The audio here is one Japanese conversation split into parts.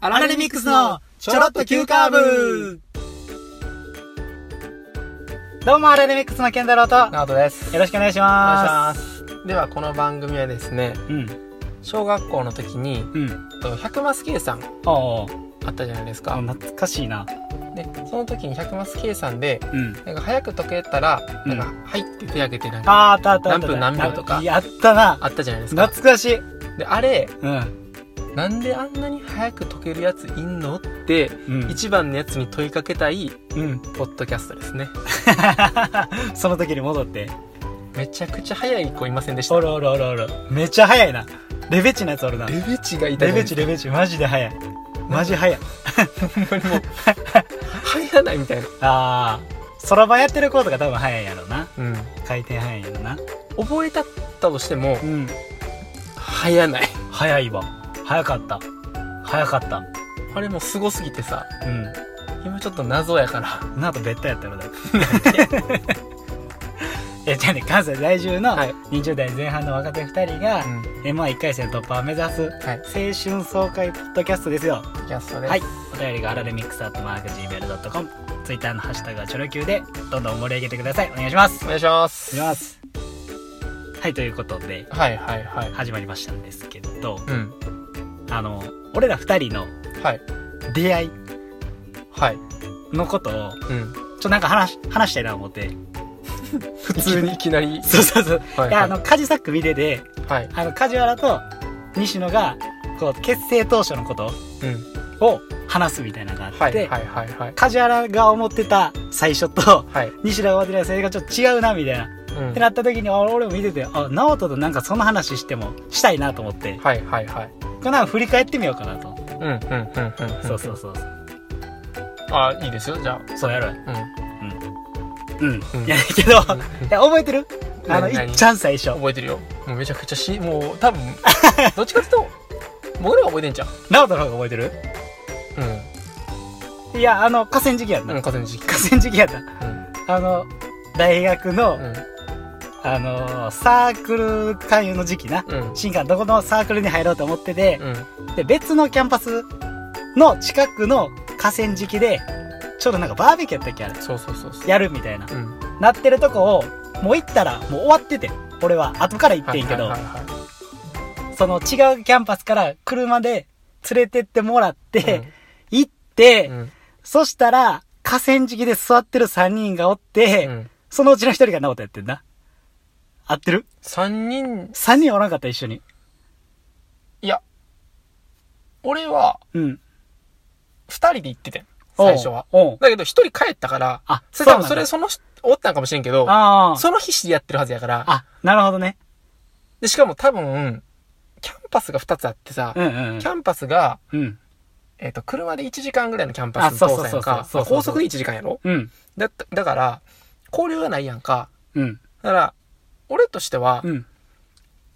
アラレミックスのちょろっと急カーブどうも、アラレミックスのケンダロウと、よナオトです。ろしくお願いしお願いしま。ますでは、この番組はですね、す。うん、小学校の時に、うん。えっと百マス計算ああったじゃないですあ、か。懐かしいな。で、その時に百マス計算で、うん。なんか早く解けたら、うんなんか、はいって手挙げてなんか、あーあったあったあった。何分何秒とかやったな。あったじゃないです懐か。かしい。で、あれ、うん。なんであんなに早く解けるやついんのって、うん。一番のやつに問いかけたい、うん。ポッドキャストですね。その時に戻って。めちゃくちゃ早い子いませんでしたお。るおるおるおる。めっちゃ早いな。レベチなやつおるな。レレベチがいたじゃなベいですチかレベチ。マジで早い。マジ早い。ほ んまにもう、入らないみたいな。ああ。空場やってる子とか多分早いやろな。うん。回転早いやろな。覚えたったとしてもう、ん。入らない。早いわ早かった早かったあれもうすごすぎてさ、うん今ちょっと謎やから。なんとベッドやったろだ えじゃあね関西在住のはい20代前半の若手2人が、ん。 m 1 1回戦突破を目指すはい。青春爽快ポッドキャストですよキャストで。はい。お便りがあられミックスアットマーク Gmail.com ツイッターのハッシュタグはチョロ Q でどんどん盛り上げてくださいお願いしますおお願いします。願いしますはいということではいはいはい。始まりましたんですけどうん。あの俺ら2人のはい。出会いはい。のことをうん。ちょっとなんか話話したいな思って。普通にいき なり。そうそうそう。はいであの、カジサック見てて、はい。あの、梶原と西野が、こう、結成当初のことうん。を話すみたいなのがあって、はいはいはいはい。梶原が思ってた最初と、はい。西野が思ってた最初がちょっと違うな、みたいな。うんって。なった時に、あ俺も見てて、あ、直人となんかその話しても、したいなと思って、はいはいはい。こんなの振り返ってみようかなと。うんうんうんうん。そうそうそう。あ、いいですよ、じゃそうやろう。あ。うん。うん。うんいや、けど、うんいや覚えてるあの、何い何っちゃん最初。覚えてるよ。もうめちゃくちゃし、も う多分、どっちかっていうと、僕らは覚えてんじゃん。直人の方が覚えてるいや、あの、河川敷やんうな。ん。うん、風の時期。河川敷やった。うん。あの、大学の、うん。あの、サークル勧誘の時期な。うん。新刊どこのサークルに入ろうと思ってて、うん。で、別のキャンパスの近くの河川敷で、ちょうどなんかバーベキューやったっけあれそうそうそうそう。やるみたいな。うん。なってるとこを、もう行ったらもう終わってて。俺は後から行ってんけどはい、はいはいはその違うキャンパスから車で連れてってもらっい。て、行って、うんうんそしたら、河川敷で座ってる3人がおって、うん。そのうちの一人が直人やってんな。合ってる三人、三人おらんかった、一緒に。いや、俺はうん。二人で行っててん。最初は。おう。だけど一人帰ったから、あそれ多分そなんそうだれその人、おったんかもしれんけど、ああ。その日知り合ってるはずやから、あ、なるほどね。で、しかも多分、キャンパスが二つあってさう、んうんキャンパスが、うん。うん。えっ、と、車で1時間ぐらいのキャンパスあのそう通そうそうんそうさやそか、うそうそう高速で1時間やろうん。だった、だから、交流がないやんか。うん。だから、俺としては、うん。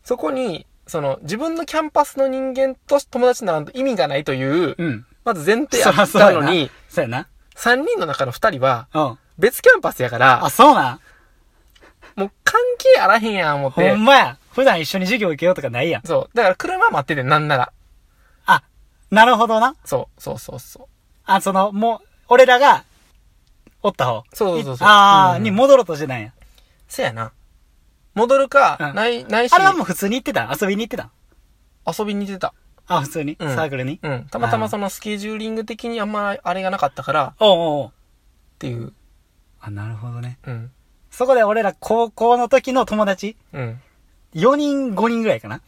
そこに、その、自分のキャンパスの人間と友達にならんと意味がないという、うん。まず前提そあらっそうやたなのに、そうやな。 3人の中の2人は、うん。別キャンパスやからあ、、そうなん。もう関係あらへんやん思っほてん。まや。普段一緒に授業受けようとかないやん。そう。だから車待っててなんなら。あ、なるほどな。そう、そうそうそう。あ、その、もう、俺らが、おった方。そうそうそうそういああ、うんに戻ろうとしてないやん。せやな。戻るか、うんない、ないしあれはもう普通に行ってたん遊びに行ってたん遊びに出てた。あ、普通に、うんサークルに、うん。たまたまそのスケジューリング的にあんまあれがなかったから、っおうおうおうていう。あ、なるほどね。うん。そこで俺ら高校の時の友達、うん。 4人、5人ぐらいかな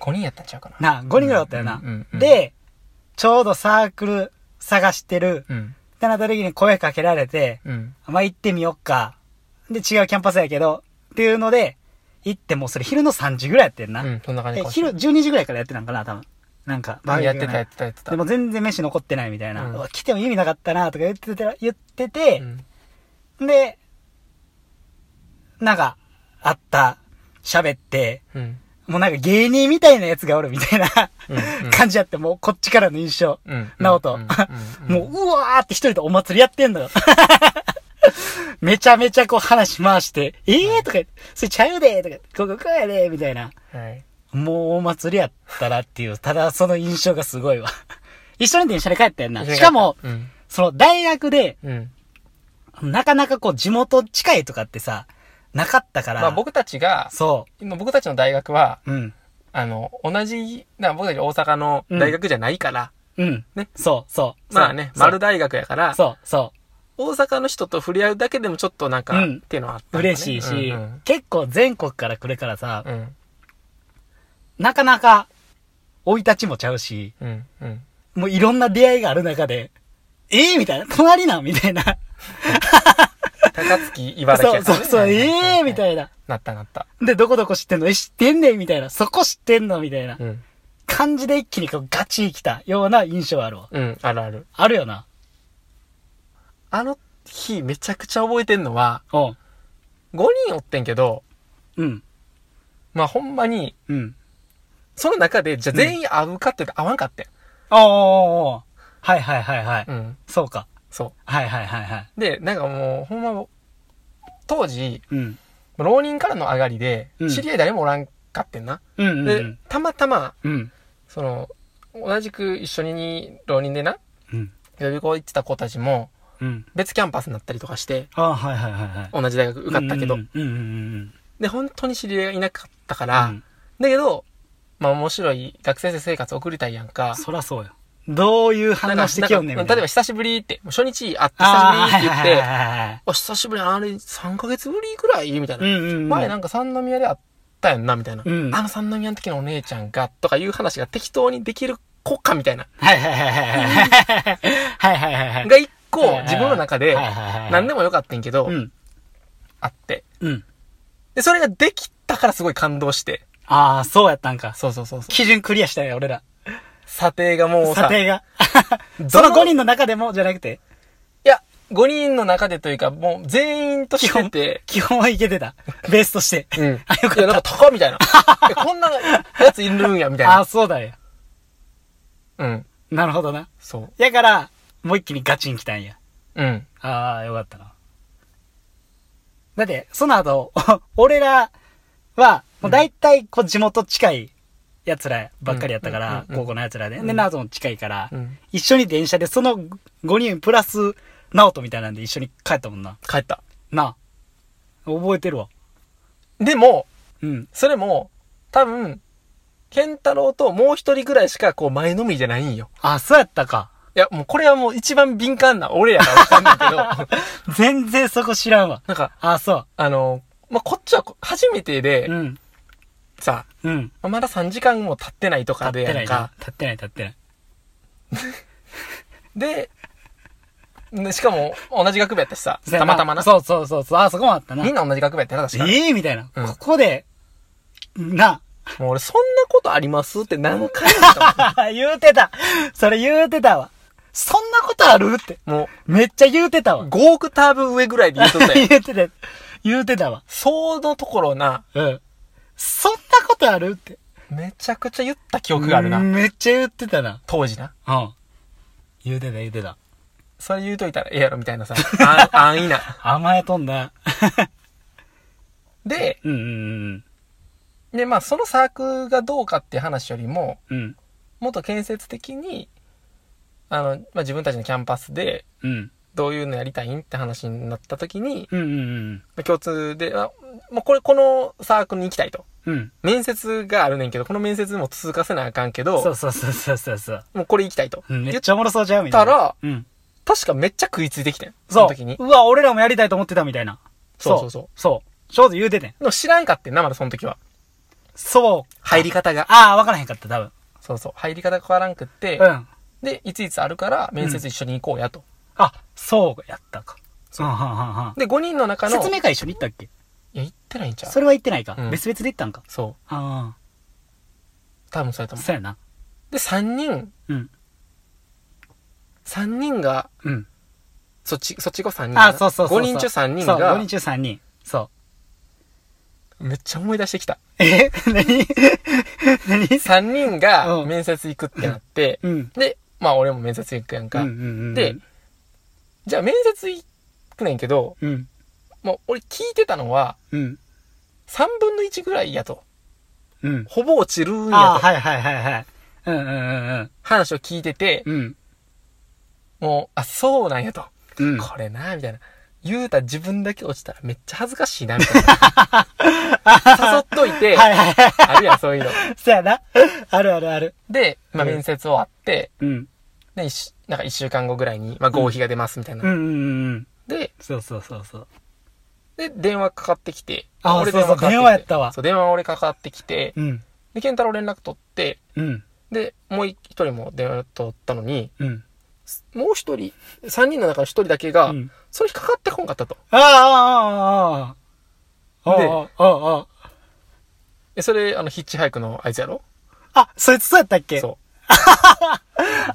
5人やったんちゃうかな。なあ、5人ぐらいおったよなうんうん。うんで、ちょうどサークル探してる、っうん。てなった時に声かけられて、うん。まあ、行ってみよっか。で、違うキャンパスやけど、っていうので、行ってもうそれ昼の3時ぐらいやってんな。うん。そんな感じえかもしれ昼ん。 12時ぐらいからやってたんかな、多分。なんか、うんやってがたなやってたやってた。でも全然飯残ってないみたいな。うんうわ来ても意味なかったな、とか言ってて、言ってうて、ん。で、なんか、あった、喋って、うん。もうなんか芸人みたいなやつがおるみたいなうんうん感じやって、もうこっちからの印象。うん。直人うん うもんう、うわーって一人でお祭りやってんのよ。 めちゃめちゃこう話回して、えーとか言って、それちゃうでとか言って、ここここやでみたいな。はい。もうお祭りやったらっていう、ただその印象がすごいわ。 一緒に電車で帰ったやんな。一緒に帰ったしかも、うん。その大学で、うん。なかなかこう地元近いとかってさ、なかったから。まあ僕たちが、そ今僕たちの大学は、う。うん。あの、同じ、な僕たち大阪の大学じゃないから、うん。ねそう、そう。まあね、そう丸大学やから、そう、そ大阪の人と触れ合うだけでもちょっとなんか、うんっていうのはあったう。んだね、嬉しいし、うん結構全国から来るからさ、うん。うんなかなか、生い立ちもちゃうし、うん。 うん。もういろんな出会いがある中で、ええみたいな、隣なんみたいな。高槻、茨城そやうからそね、うそう、ええみたいいな。な。なったなった。で、どこどこ知ってんのえ、知ってんねんみたいな。そこ知ってんのみたいなうん。感じで一気にこうガチ来たような印象あるわ。うん、あるある。あるよな。あの日めちゃくちゃ覚えてんのは、うん。 5人おってんけど、うん。まあほんまに、うん。その中で、じゃあ全員会うかって言ったら会わんかっておーおーおーはいはいはいはい。ん。うん。そうか。そはいはいはいはい。う。で、なんかもう、ほんま、当時、うん。浪人からの上がりでうん、知り合い誰もおらんかってんな。うんうん、うでん。、たまたま、うん。その、同じく一緒に浪人でな、うん。予備校行ってた子たちも、うん。別キャンパスになったりとかして、ああ、はいはいはいはい。同じ大学受かったけど、うんうんうんうん。で、本当に知り合いがいなかったかあ、ら、うん、だけど、まあ面白い学生生活送りたいやんか。そらそうよ。どういう話してきよんねんなみんたかい例な。えば久しぶりって、もう初日会ってあ久あ、はいしぶりって言っはいて、はいはい。あ、久しぶり、あれ3ヶ月ぶりくらいみたいな。うんうんうん。前なんんか三宮で会ったやんな、みたいな。うんあの三宮の時のお姉ちゃんが、とかいう話が適当にできる子か、みたいな。はいはいはいはいはい。はいはいはいはい。が一個はいはいはい、自分の中ではい、はいはいはい何でもよかったんけどう、ん。あって。うん。で、それができたからすごい感動して。ああ、そうやったんか。そうそうそうそう。基準クリアしたよ、俺ら。査定がもう査さ、定が。どそのの5人の中でも、じゃなくて、いや、5人の中でというか、もう全員とし てて、基本はいけてた。ベースとして。うん。あ、よかいや、なっんか高っみたいな。 えこんなやついるんや、みたいた。あなあ、。そうだよ。うん。なるほどな。そう。やから、もう一気にガチン来たんや。うん。ああ、よかったな。だって、その後、 俺らは、もう大体、こう、地元近い奴らばっかりやったから、うんうんうんうん高校の奴らで。で、ナートも近いから、うん。一緒に電車で、その5人プラス、ナオトみたいなんで一緒に帰ったもんな。帰った。なあ。覚えてるわ。でも、うん。それも、多分、ケンタロウともう一人ぐらいしか、こう、前のみじゃないんよ。あ、そうやったか。いや、もうこれはもう一番敏感な俺やからわかんないけど、 全然そこ知らんわ。なんか、あ、そあの、まあ、こっちはこ初めてで、う。うん。さ、うん。まあまだ3時間も経ってないと立かっでてなやんいかな。。立ってない、立ってない。で、でしかも、同じ学部やったしさ、そうやたまたまな。そうそうそうそう。あ、そこもあったな。みんな同じ学部やったよな、確か。ええみたいな。うんここで、な、 もう俺、そんなことありますって何回も言ったも言うてた。それ言うてたわ。そんなことあるって。ん もめっちゃ言うてたう、わ。 5オクターブ上ぐらいで言っと った言よう。てた。言うてたわ。そうのところな、うん。そんなことあるって。めちゃくちゃ言った記憶があるな。めっちゃ言ってたな。当時な。うん。言うてた言うてた。それ言うといたらええやろ、みたいなさ。あ安 易な。甘えとんな。で、うんうんで、まあ、そのサークルがどうかっていう話よりも、うん。うん。もっと建設的に、あの、まあ、自分たちのキャンパスで、うん。どういうのやりたいんって話になった時に、うんうんまあ共通で、あもうこれ、このサークルに行きたいと。うん。うん。面接があるねんけど、この面接も通過せなあかんけそうど、そうそうそうそうそう。もうこれ行きたいと。うんめ言っっちゃおもろそうじゃんみたいたな。ら、うん。確かめっちゃ食いついてきてん。そそのう。時に。うわ、俺らもやりたいと思ってたみたいな。そうそうそうう。そう。ちょうど言うててん。でも知らんかってんな、まだその時は。そう。入り方が。ああ、わからへんかった、多分。そうそう。入り方が変わらんくって、うん。で、いついつあるから、面接一緒に行こうやと。あ、そうやったか。そうはんはんはんはんで、5人の中の、説明会一緒に行ったっけいや、行ってないんちゃうそれは行ってないか。うん別々で行ったんか。そあう。多分そうやとあ、思う。そうやな。で、3人、うん。 3人が、うん。そっち、そっちが3人ああ、そうそうそうそう。 5人中3人そう、5が人、中3人。そめっちゃ思い出してきた。う。 え何 何3人 うが、ん面接行くってなって、うん。で、まあ俺も面接行くやんうんか。うんうん。で、じゃあ面接行くねんけど、うん。もう俺聞いてたのは、うん。 3分の1ぐらいやと。うん。ほぼ落ちるんやと。ああ、はいはいはいはい。うんうんうん話を聞いてて、うん。うん。もう、あ、そうなんやと。うん。これな、みたいな。言うた自分だけ落ちたらめっちゃ恥ずかしいな、みたいな。 誘っといて、はいはいはい。あるやん、そういうの。そうやな。あるあるある。で、まあうん面接終わって、うん。で、一週なんか一週間後ぐらいに、まあ合否が出ます、みたいな。うんうんうんうん。で、そうそうそうそう。で、電話かかってきて。あそうそうかかってきて電話やったわそう、電話俺かかってきて、うん。で、健太郎連絡取って、うん。で、もう一人も電話取ったのに、うん。もう一人、三人の中の一人だけが、うんそれ引っかかってこんかったと。ああ、ああ、ああ。あであ、ああ、あえ、それ、あの、ヒッチハイクのあいつやろあ。あ、そいつそうやったっけそ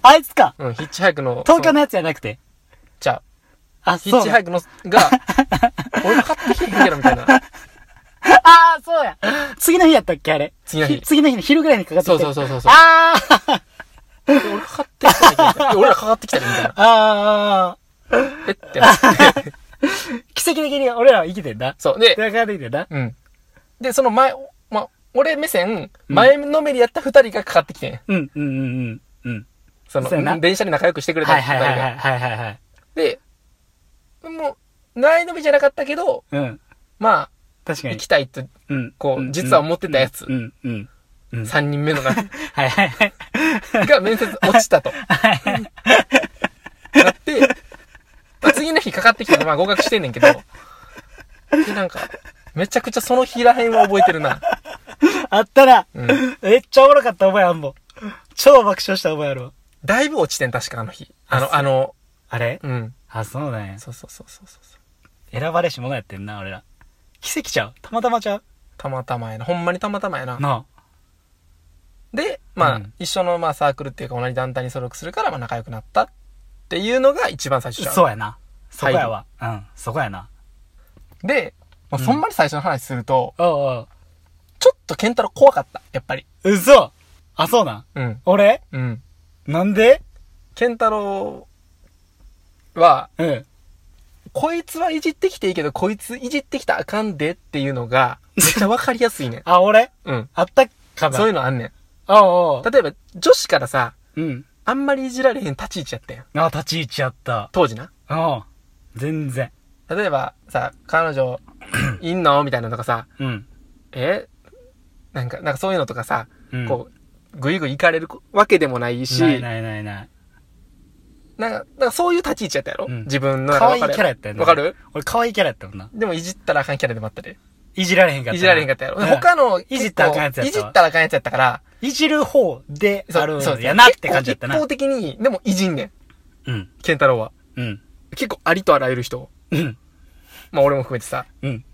あいつか。う。うん、ヒッチハイクの。東京のそやつじゃなくて。じゃあ、あ、ヒそッうチハ。イク の、が、俺かかってきてへんけど、みたいな。ああ、そうや。次の日やったっけあれ。次の日ひ次の日の昼ぐらいにかかってきそうてそうそうそうそう。ああで俺かかってきてへんけどみたいな、で俺らかかってきたでみたいな。ああ、えってなって。奇跡的に俺らは生きてんだ。そう。で、だから生きてんだ。うん。で、その前、まあ、俺目線、前のめりやった二人がかかってきてん。うん、うん、うん、うん。うん。その、そうやな電車で仲良くしてくれたはい二人はいが。はいはいはいはいはい。で、もう、前のめりじゃなかったけど、うん。まあ、確かに行き。たいと、うん。こうん実は持ってたやつうん、うん。うん。三人目のな、はいはいはい。が面接落ちたと。なって、まあ次の日かかってきたの、まあ合格してんねんけど、で、なんか、めちゃくちゃその日らへんは覚えてるな。あったら、うんめっちゃおもろかった覚えあんもん。超爆笑した覚えあるわ。だいぶ落ちてん、確かあの日。あの、あの、あれうん。あ、そうなんや。そうそうそうそうそう。選ばれし者やってんな、俺ら。奇跡ちゃうたまたまちゃうたまたまやな。ほんまにたまたまやな。なあ。で、まあ、うん一緒のまあサークルっていうか同じ団体に所属するから、まあ仲良くなったっていうのが一番最初ちゃうそうやな。そこやわ。うん。そこやな。で、まあ、そんまに最初の話すると、おうちょっとケンタロウ怖かった、やっぱり。おう。嘘あ、そうなんうん。俺うん。なんでケンタロウは、うん。。こいつはいじってきていいけど、こいついじってきたらあかんでっていうの が、めっちゃわかりやすいねんあ、俺うん。あったかなそういうう。のあんねん。おうおう。例えば、女子からさ、うん。あんまりいじられへん立ち位置やったやん。あ、立ち位置あった。当時な。おう全然。例えば、さ、彼女、いんのみたいなのとかさ、うん。えなんか、なんかそういうのとかさ、うんこう、ぐいぐい行かれるわけでもないし、ないないないない。なんか、なんかそういう立ち位置やったやろ、うん自分の中可で愛い分かキるャラやったよな。わかる俺可愛いキャラやったもんな。でもいじったらあかんキャラでもあったで。いじられへんかった。いじられへんかったやろ、うん他の、いじったらあかんやつやったわいじったらあかんやつやったから、いじる方でそうあるそうんやなって感じやったな結。構一方的に、でもいじんねん。うん。ケンタロウは。うん。結構ありとあらゆる人を。うん。まあ俺も含めてさ。うん。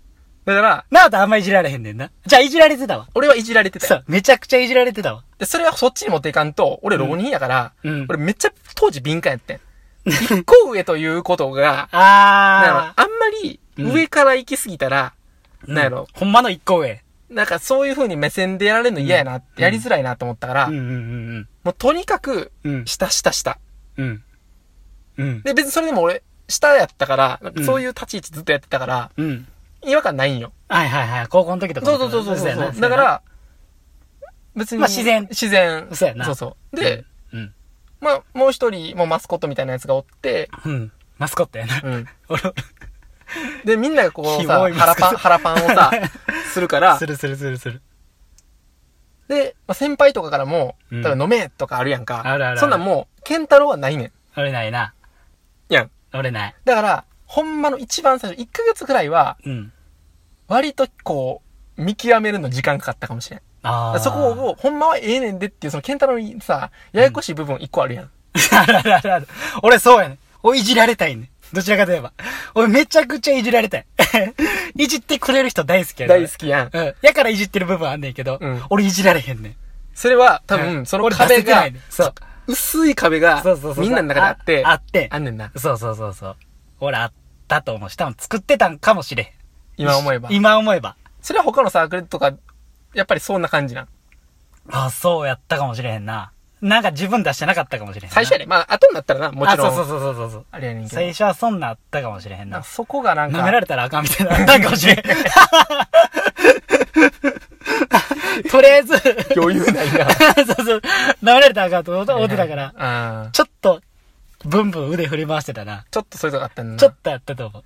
だから、なあとあんまいじられへんねんな。じゃあいじられてたわ。俺はいじられてたそよう。めちゃくちゃいじられてたわ。で、それはそっちに持っていかんと、俺浪人やから、うんうん俺めっちゃ当時敏感やって ん。一個上ということが、なんやろああんまり上から行きすぎたら、ー。なんやろほんまの一個上。なんかそういう風に目線でやられるの嫌やな、やりづらいなと思ったから、うんうんもうとにかく、うんうん。下下下。うん。うん。で、別にそれでも俺、下やったから、なんかそういう立ち位置ずっとやってたから、うん。違和感ないんよ。はいはいはい。高校の時とかそもうそうそうそうやなだか、ら、別に。まあ自然自然。そうやなそうそう。やなで、、うん。まあ、もう一人、もうマスコットみたいなやつがおって、 うん。マスコットやな。うん。俺、で、みんなが こうキさモ、いマ腹スコッパン、ト腹パンをさ、 するからす、るするするする。で、まあ、先輩とかからも、うん多分飲めとかあるやんか。あるあるあるそんなんもう、ケンタロウはないねん。俺ないな。やん。俺ない。だから、ほんまの一番最初、1ヶ月くらいは、うん。割とこう、見極めるの時間かかったかもしれん。ああ。そこ。を、ほんまはええねんでっていう、その、ケンタロウにさ、ややこしい部分一個あるやん。 あらららら。俺そうやねん。おいじられたいねん。どちらかといえば。俺めちゃくちゃいじられたい。 いじってくれる人大好きやねん大好きやん。俺うん。やからいじってる部分あんねんけど、うん俺いじられへんねん。それは、多う分、んその俺壁出せてながいね、そう。薄い壁がそうそう、そう。みんなの中であって、あって。あんねんな。そうそうそうそう。俺あったと思うし、多分作ってたんかもしれん。今思えば。今思えば。それは他のサークルとか、やっぱりそんな感じなん。あ、そうやったかもしれへんな。なんか自分出してなかったかもしれへんな。最初やね。まあ、後になったらな、もちろん。あ、そうそうそうそうそう。あれやねんけど最。初はそんなんあったかもしれへんなんなか。そこがなん舐めらか、 れたらあかんみたいな。あったんかもしれん。とりあえず、余裕ないな。そうそう、舐められたらあかんと思 って思ってたから、ああ。ちょっと、ブンブン腕振り回してたな。ちょっとそういうとこあったんだなちょっとあったと思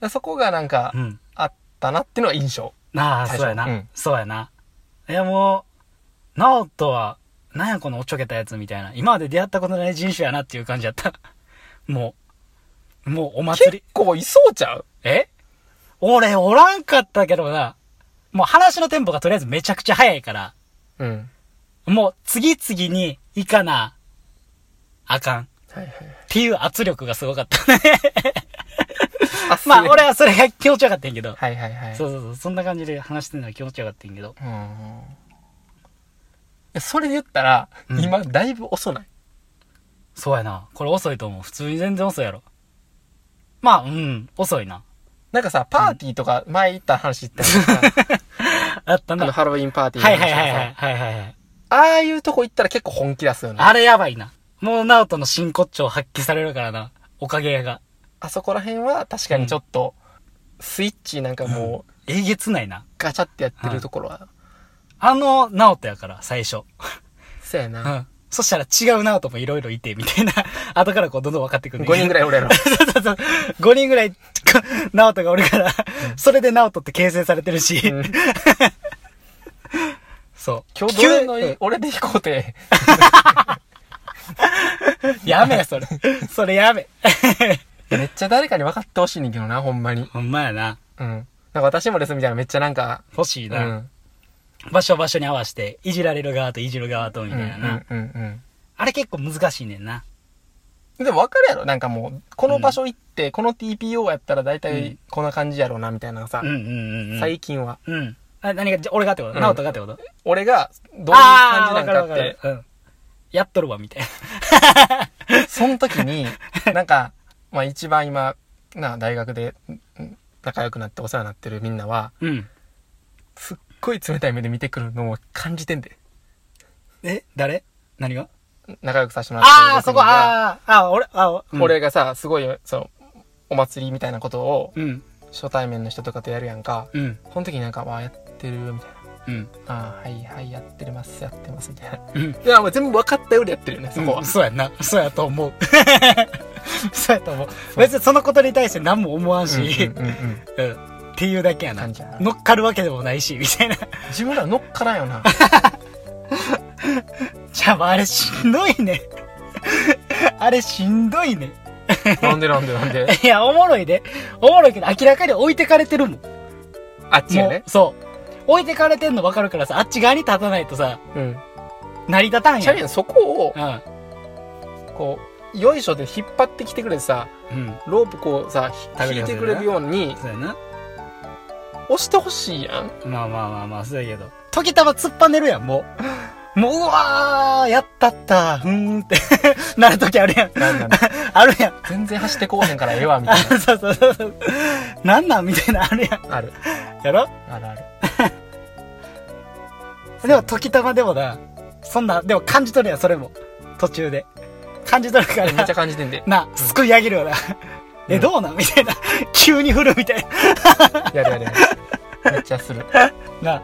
う。そこがなんかう、ん。あったなっていうのは印象。なあ、最初そうやな、うんそうやな。いや、もう、ナオトは、なんやこのおっちょけたやつみたいな。今まで出会ったことない人種やなっていう感じやった。もう、もうお祭結り。構いそうちゃうえ俺おらんかったけどな。もう話のテンポがとりあえずめちゃくちゃ早いから、うん。もう次々に行かな、あかん。っはいはい。ていう圧力がすごかった ね。あ、すまあね俺。はそれが気持ちよかったんやけど。はいはいはい。そうそうそう。そんな感じで話してるのが気持ちよかったんやけど。うんいや。それで言ったら、うん今、だいぶ遅ない。そうやな。これ遅いと思う。普通に全然遅いやろ。まあ、うん、遅いな。なんかさ、パーティーとか、前行った話言ったやん かあったあな。の、はハロウィンパーテいィーはのい話はいとかさはい。はいはいはい。ああいうとこ行ったら結構本気出すよね。あれやばいな。もう、ナオトの真骨頂発揮されるからな。おかげやが。あそこら辺は確かにちょっと、スイッチなんかもう、えげつないな。ガチャってやってるところは、あの、ナオトやから、最初。そうやな。ん。 そしたら違うナオトもいろいろいて、みたいな。 後からこう、どんどん分かってくる。 5人ぐらい。らい俺ら。 そうそうそう。5人ぐらい、 ナオトがおるから、それでナオトって形成されてるし。うん そう。今日どれ急の、俺で行こうて。 やめ、それ。それやめ。めっちゃ誰かに分かってほしいねんけどな、ほんまに。ほんまやな。うん。なんか私もですみたいな、めっちゃなんか、欲しいうな。ん。場所場所に合わせて、いじられる側といじる側とみうたんうんいなな。うんあれ結構難しいねんな。うん。でも分かるやろなんかもう、この場所行って、この TPO やったら大体こんな感じやろうな、みたいなのさうん、うんうん。最近は。うん。うん。あ、何が、じゃ俺がってことうん直人がってこと俺が、どあういう感じあなわんかるかわっかてる。うん。やっとるわ、みたいな。その時に、 なんか、まあ一番今、な、大学でん仲良くなってお世話になってるみんなは、うん。すっごい冷たい目で見てくるのを感じてんで。え、誰何が仲良くさせてもらってるああ、そこ、僕がああ、あー俺、あー、うん俺。がさ、すごい、その、お祭りみたいなことを、うん、初対面の人とかとやるやんか。うん、その時になんか、わあ、やってる、みたいな。うん。ああ、はい、はい、やってます、やってます、みたいな。うん。 いや、もう全部分かったよりやってるよね、そこうはん。そうやんな。そうやと思う。 そうやと思う。別にそのことに対して何も思わんし、うんうんうん うんうん。っていうだけやな。感じやな乗っかるわけでもないし、みたいな。自分ら乗っからんよな。じゃあ、あれしんどい ね。あれしんどいね。 なんでなんでなん で。いや、おもろいで。おもろいけど、明らかに置いてかれてるもん。あっちやもうね。そう。置いてかれてんの分かるからさ、あっち側に立たないとさ、うん。成り立たんチャやん。リアン、そこを、うこう、よいしょで引っ張ってきてくれてさ、ん。うん。ロープこうさ、旅立てるなひ引いてくれるように、そうやな。押してほしいやん。まあまあまあまあ、そうやけど。時たま突っぱねるやん、もう。もう、うわー、やったった、ふーんって、 なる時あるやん。なんなんあるやん。全然走ってこうへんからええわ、みあたいな。そうそうそうそう。なんなんみたいな、あるやん。 ある。やろあるある。でも時たまでもな、そんな、でも感じ取るやん、それも。途中で。感じ取るからめっちゃ感じてんで。 な、すくい上げるよな。え、どうなんみたいな。 急に降るみたいな。やるやるやる。めっちゃする。な、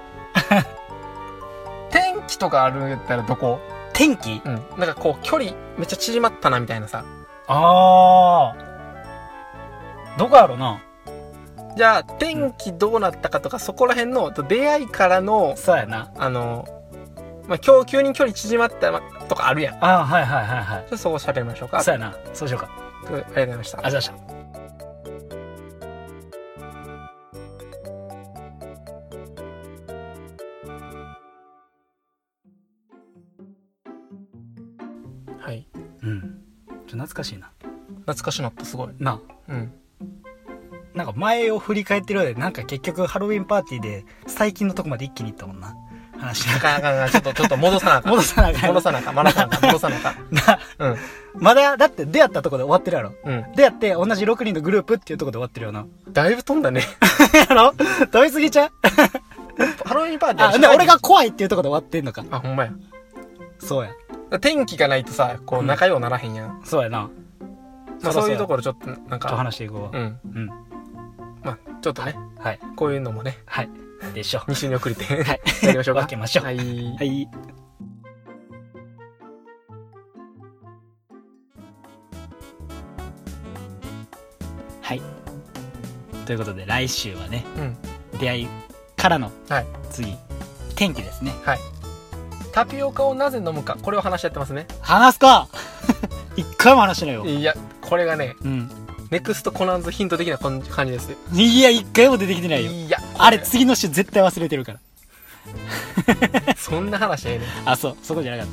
天気とかあるんやったらどこ天気うん。なんかこう、距離めっちゃ縮まったな、みたいなさ。あー。どこやろなじゃあ、天気どうなったかとか、そこら辺の、と出会いからの、そうやな。あの、まあ、今日急に距離縮まったまとかあるやん。ちょあー、はいはいはいはっとそこ喋りましょうか。い。そうやな。そうしようか。うんありがとうございました。ありがとうございました。はい。うん。ちょっと懐かしいな。懐かしなった、すごい。な、うん。なんか前を振り返ってるようで、なんか結局ハロウィンパーティーで最近のとこまで一気に行ったもんな。話しあながかんあかんあかん。ちょっと、ちょっと戻さなあ ら。かん。戻さなあかん。戻さなあかん。戻さなあかん。戻さなあかん。なうん。まだ、だって出会ったとこで終わってるやろ。う出会って同じ6人のグループっていうとこで終わってるよな。ん。だいぶ飛んだね。やろ飛びすぎちゃう ハロウィンパーティーあ、で、俺が。怖いっていうとこで終わってんのか。あ、ほんまや。そうや。天気がないとさ、こう、仲良うならへんやん。そうやな。まあ、そらそそうういうやところちょっと、なんとか、話していこううわ。ん。うん。まあちょっとねはい。こういうのもねはい。でしょ2週に遅 れてう。はい。やりましょうか分けましょう。ははい。い、はい。ということで、来週はね、うん出会いからの、はい次、天気ですね。タピオカをなぜ飲むかこれを話し合ってますね話すか 一回も話してないよ。いやこれがねうん。ネクストコナンズヒント的な感じ感じですいや、一回も出てきてないよ。いやあれ、こ次の週絶対忘れてるから。そんな話ええねんあ、そう、そこじゃなかっ